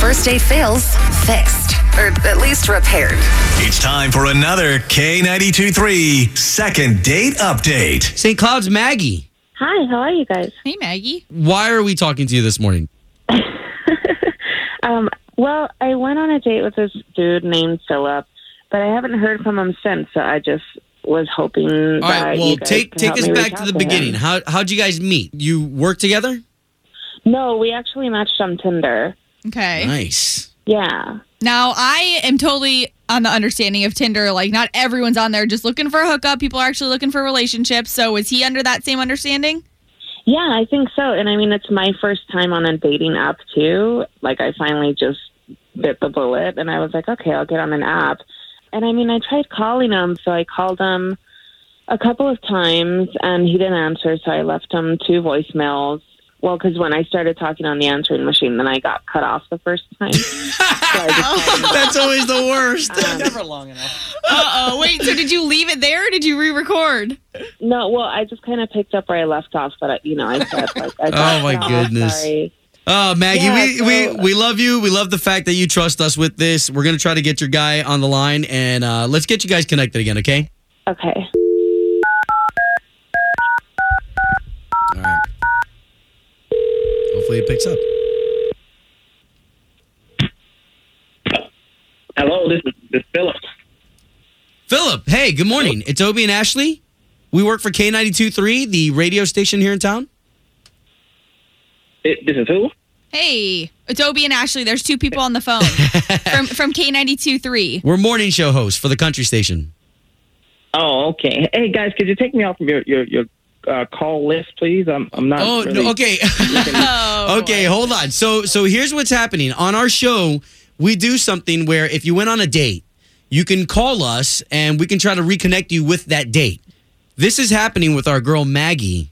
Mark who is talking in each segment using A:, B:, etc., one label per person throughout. A: First date fails, fixed, or at least repaired.
B: It's time for another K92 3 second date update.
C: St. Cloud's Maggie.
D: Hi, how are you guys?
E: Hey, Maggie.
C: Why are we talking to you this morning?
D: Um, well, I went on a date with this dude named Philip, but I haven't heard from him since. So I just was hoping.
C: All
D: that
C: right,
D: you
C: well,
D: guys
C: take
D: could
C: take
D: help
C: us
D: me
C: back
D: reach
C: to
D: out
C: the
D: him.
C: beginning. How how'd you guys meet? You work together?
D: No, we actually matched on Tinder.
E: Okay.
C: Nice.
D: Yeah,
E: Now, I am totally on the understanding of Tinder. Like, not everyone's on there just looking for a hookup. People are actually looking for relationships. So, is he under that same understanding?
D: yeah, I think so. And I mean, it's my first time on a dating app too. Like, I finally just bit the bullet, and I was like, okay, I'll get on an app. And I mean, I tried calling him, so I called him a couple of times, and he didn't answer. So I left him two voicemails. Well, because when I started talking on the answering machine, then I got cut off the first time.
C: That's always the worst.
D: Never
C: long enough.
E: Uh oh. Wait, so did you leave it there or did you re record?
D: No, well, I just kind of picked up where I left off, but I, you know, I said like, I
C: Oh, my
D: got off,
C: goodness.
D: Sorry.
C: Oh, Maggie,
D: Yeah,
C: we,
D: so-
C: we we love you. We love the fact that you trust us with this. We're gonna try to get your guy on the line and uh, let's get you guys connected again, okay?
D: Okay.
C: All right. Hopefully it picks up.
F: Hello, this is, this is Philip.
C: Philip, hey, good morning. It's Obie and Ashley. We work for K92 3, the radio station here in town.
F: It, this is who?
E: Hey, it's Obie and Ashley. There's two people on the phone from, from K92 3.
C: We're morning show hosts for the country station.
F: Oh, okay. Hey guys, could you take me off of your your, your uh, call list, please? I'm I'm not.
C: Oh,
F: really-
C: no, okay.
E: Oh,
C: okay,
E: boy.
C: hold on. So so here's what's happening. On our show, we do something where if you went on a date, you can call us and we can try to reconnect you with that date. This is happening with our girl Maggie.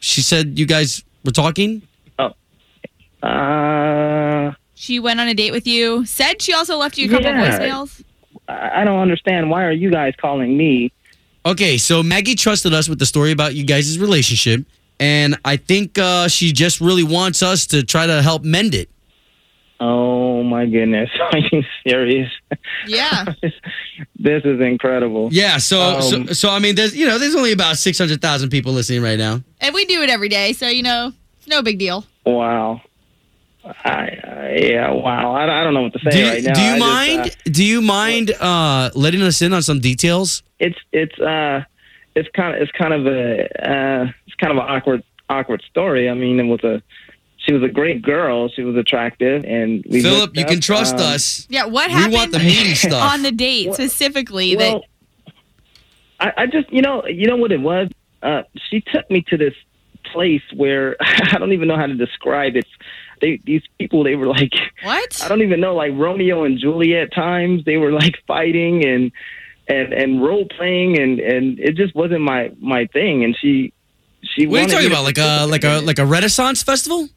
C: She said you guys were talking.
F: Uh,
E: She went on a date with you, said she also left you a couple
F: Yeah.
E: voicemails.
F: I I don't understand. Why are you guys calling me?
C: Okay, so Maggie trusted us with the story about you guys' relationship, and I think uh, she just really wants us to try to help mend it.
F: Oh my goodness! Are you serious?
E: Yeah.
F: This is incredible.
C: Yeah, so so,
F: Um,
C: so I mean, there's you know, there's only about six hundred thousand people listening right now.
E: And we do it every day. So, you know, it's no big deal.
F: Wow. I, I yeah. Wow. I, I don't know what to say
C: do you,
F: right now.
C: do you
F: I just,
C: mind?
F: uh,
C: do you mind uh, letting us in on some details?
F: it's it's uh it's kind of it's kind of a uh, it's kind of an awkward awkward story. I mean, it was a she was a great girl. She was attractive, and we
C: Philip, you
F: hooked
C: can
F: up.
C: trust
F: Um,
C: us.
E: Yeah. What
C: We
E: happened
C: want the meaty stuff.
E: on the date specifically that
F: Well, I, I just you know you know what it was. Uh, she took me to this place where I don't even know how to describe it. They, these people, they were like
E: What?
F: I don't even know, like Romeo and Juliet times. They were like fighting and and and role playing, and and it just wasn't my my thing. And she
C: What are
F: she.
C: you
F: wanted
C: talking
F: me to
C: about? Like a like a like a Renaissance festival?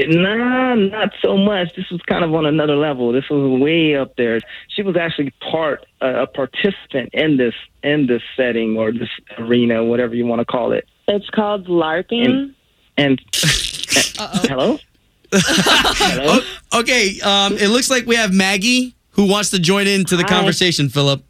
F: Nah, not so much. This was kind of on another level. This was way up there. She was actually part uh, a participant in this in this setting or this arena, whatever you want to call it.
D: It's called LARPing.
F: And
E: Uh-oh.
F: hello, hello.
C: Oh, okay, um, it looks like we have Maggie who wants to join into the
F: Hi.
C: conversation. Philip,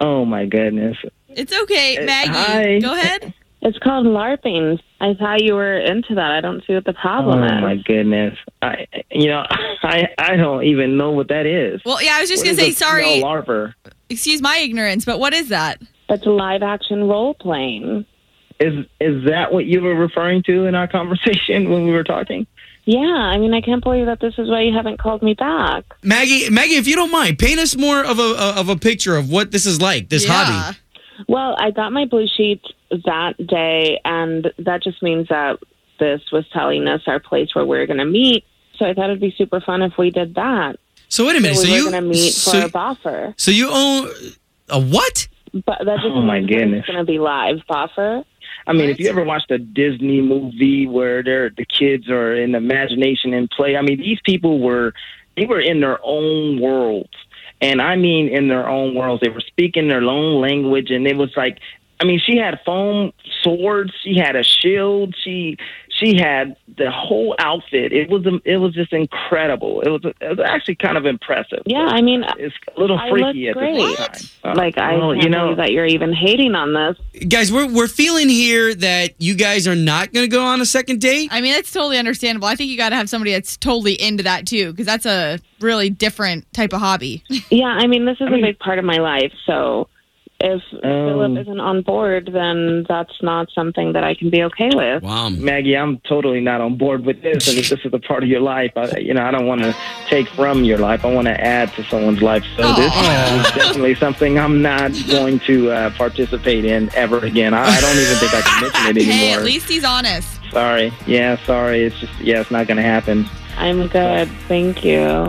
F: Oh my goodness.
E: It's okay,
F: Uh,
E: Maggie.
F: hi.
E: Go ahead.
D: It's called LARPing. I thought you were into that. I don't see what the
F: Oh
D: problem
F: my
D: is.
F: goodness. I you know I I don't even know what that is.
E: Well, yeah, I was just
F: What
E: gonna
F: is
E: say
F: a
E: sorry.
F: female larper?
E: Excuse my ignorance, but what is that?
D: It's live action role playing.
F: Is is that what you were referring to in our conversation when we were talking?
D: Yeah, I mean, I can't believe that this is why you haven't called me back.
C: Maggie, Maggie, if you don't mind, paint us more of a of a picture of what this is like. This hobby.
D: Well, I got my blue sheet that day, and that just means that this was telling us our place where we are going to meet. So I thought it'd be super fun if we did that.
C: So wait a minute.
D: So
C: So,
D: we were
C: you
D: going to meet
C: so,
D: for a boffer,
C: so you own a what?
D: but that doesn't
F: Oh, my
D: mean that
F: goodness.
D: it's going to be live boffer.
F: I mean, if you ever watched a Disney movie where they're, the kids are in imagination and play, I mean, these people were they were in their own worlds, and I mean, in their own worlds, they were speaking their own language, and it was like, I mean, she had foam swords, she had a shield, she she had the whole outfit. It was it was just incredible. It was, it was actually kind of impressive.
D: Yeah, I mean,
F: It's a little
D: I
F: freaky at
D: look
F: the
D: great.
F: same time. Uh,
D: like I
F: well,
D: can't
F: you know
D: believe that you're even hating on this.
C: Guys, we're we're feeling here that you guys are not going to go on a second date.
E: I mean, that's totally understandable. I think you got to have somebody that's totally into that too, because that's a really different type of hobby.
D: Yeah, I mean, this is
F: mean-
D: a big part of my life. So if Philip isn't on board, then that's not something that I can be okay with.
C: Wow.
F: Maggie, I'm totally not on board with this, and if this is a part of your life, I, you know, I don't want to take from your life. I want to add to someone's life. So this is definitely something I'm not going to uh, participate in ever again. I, I don't even think I can mention it
E: Hey, at
F: anymore.
E: least he's honest.
F: sorry. Yeah, sorry. It's just yeah, it's not going to happen.
D: I'm good. Thank you.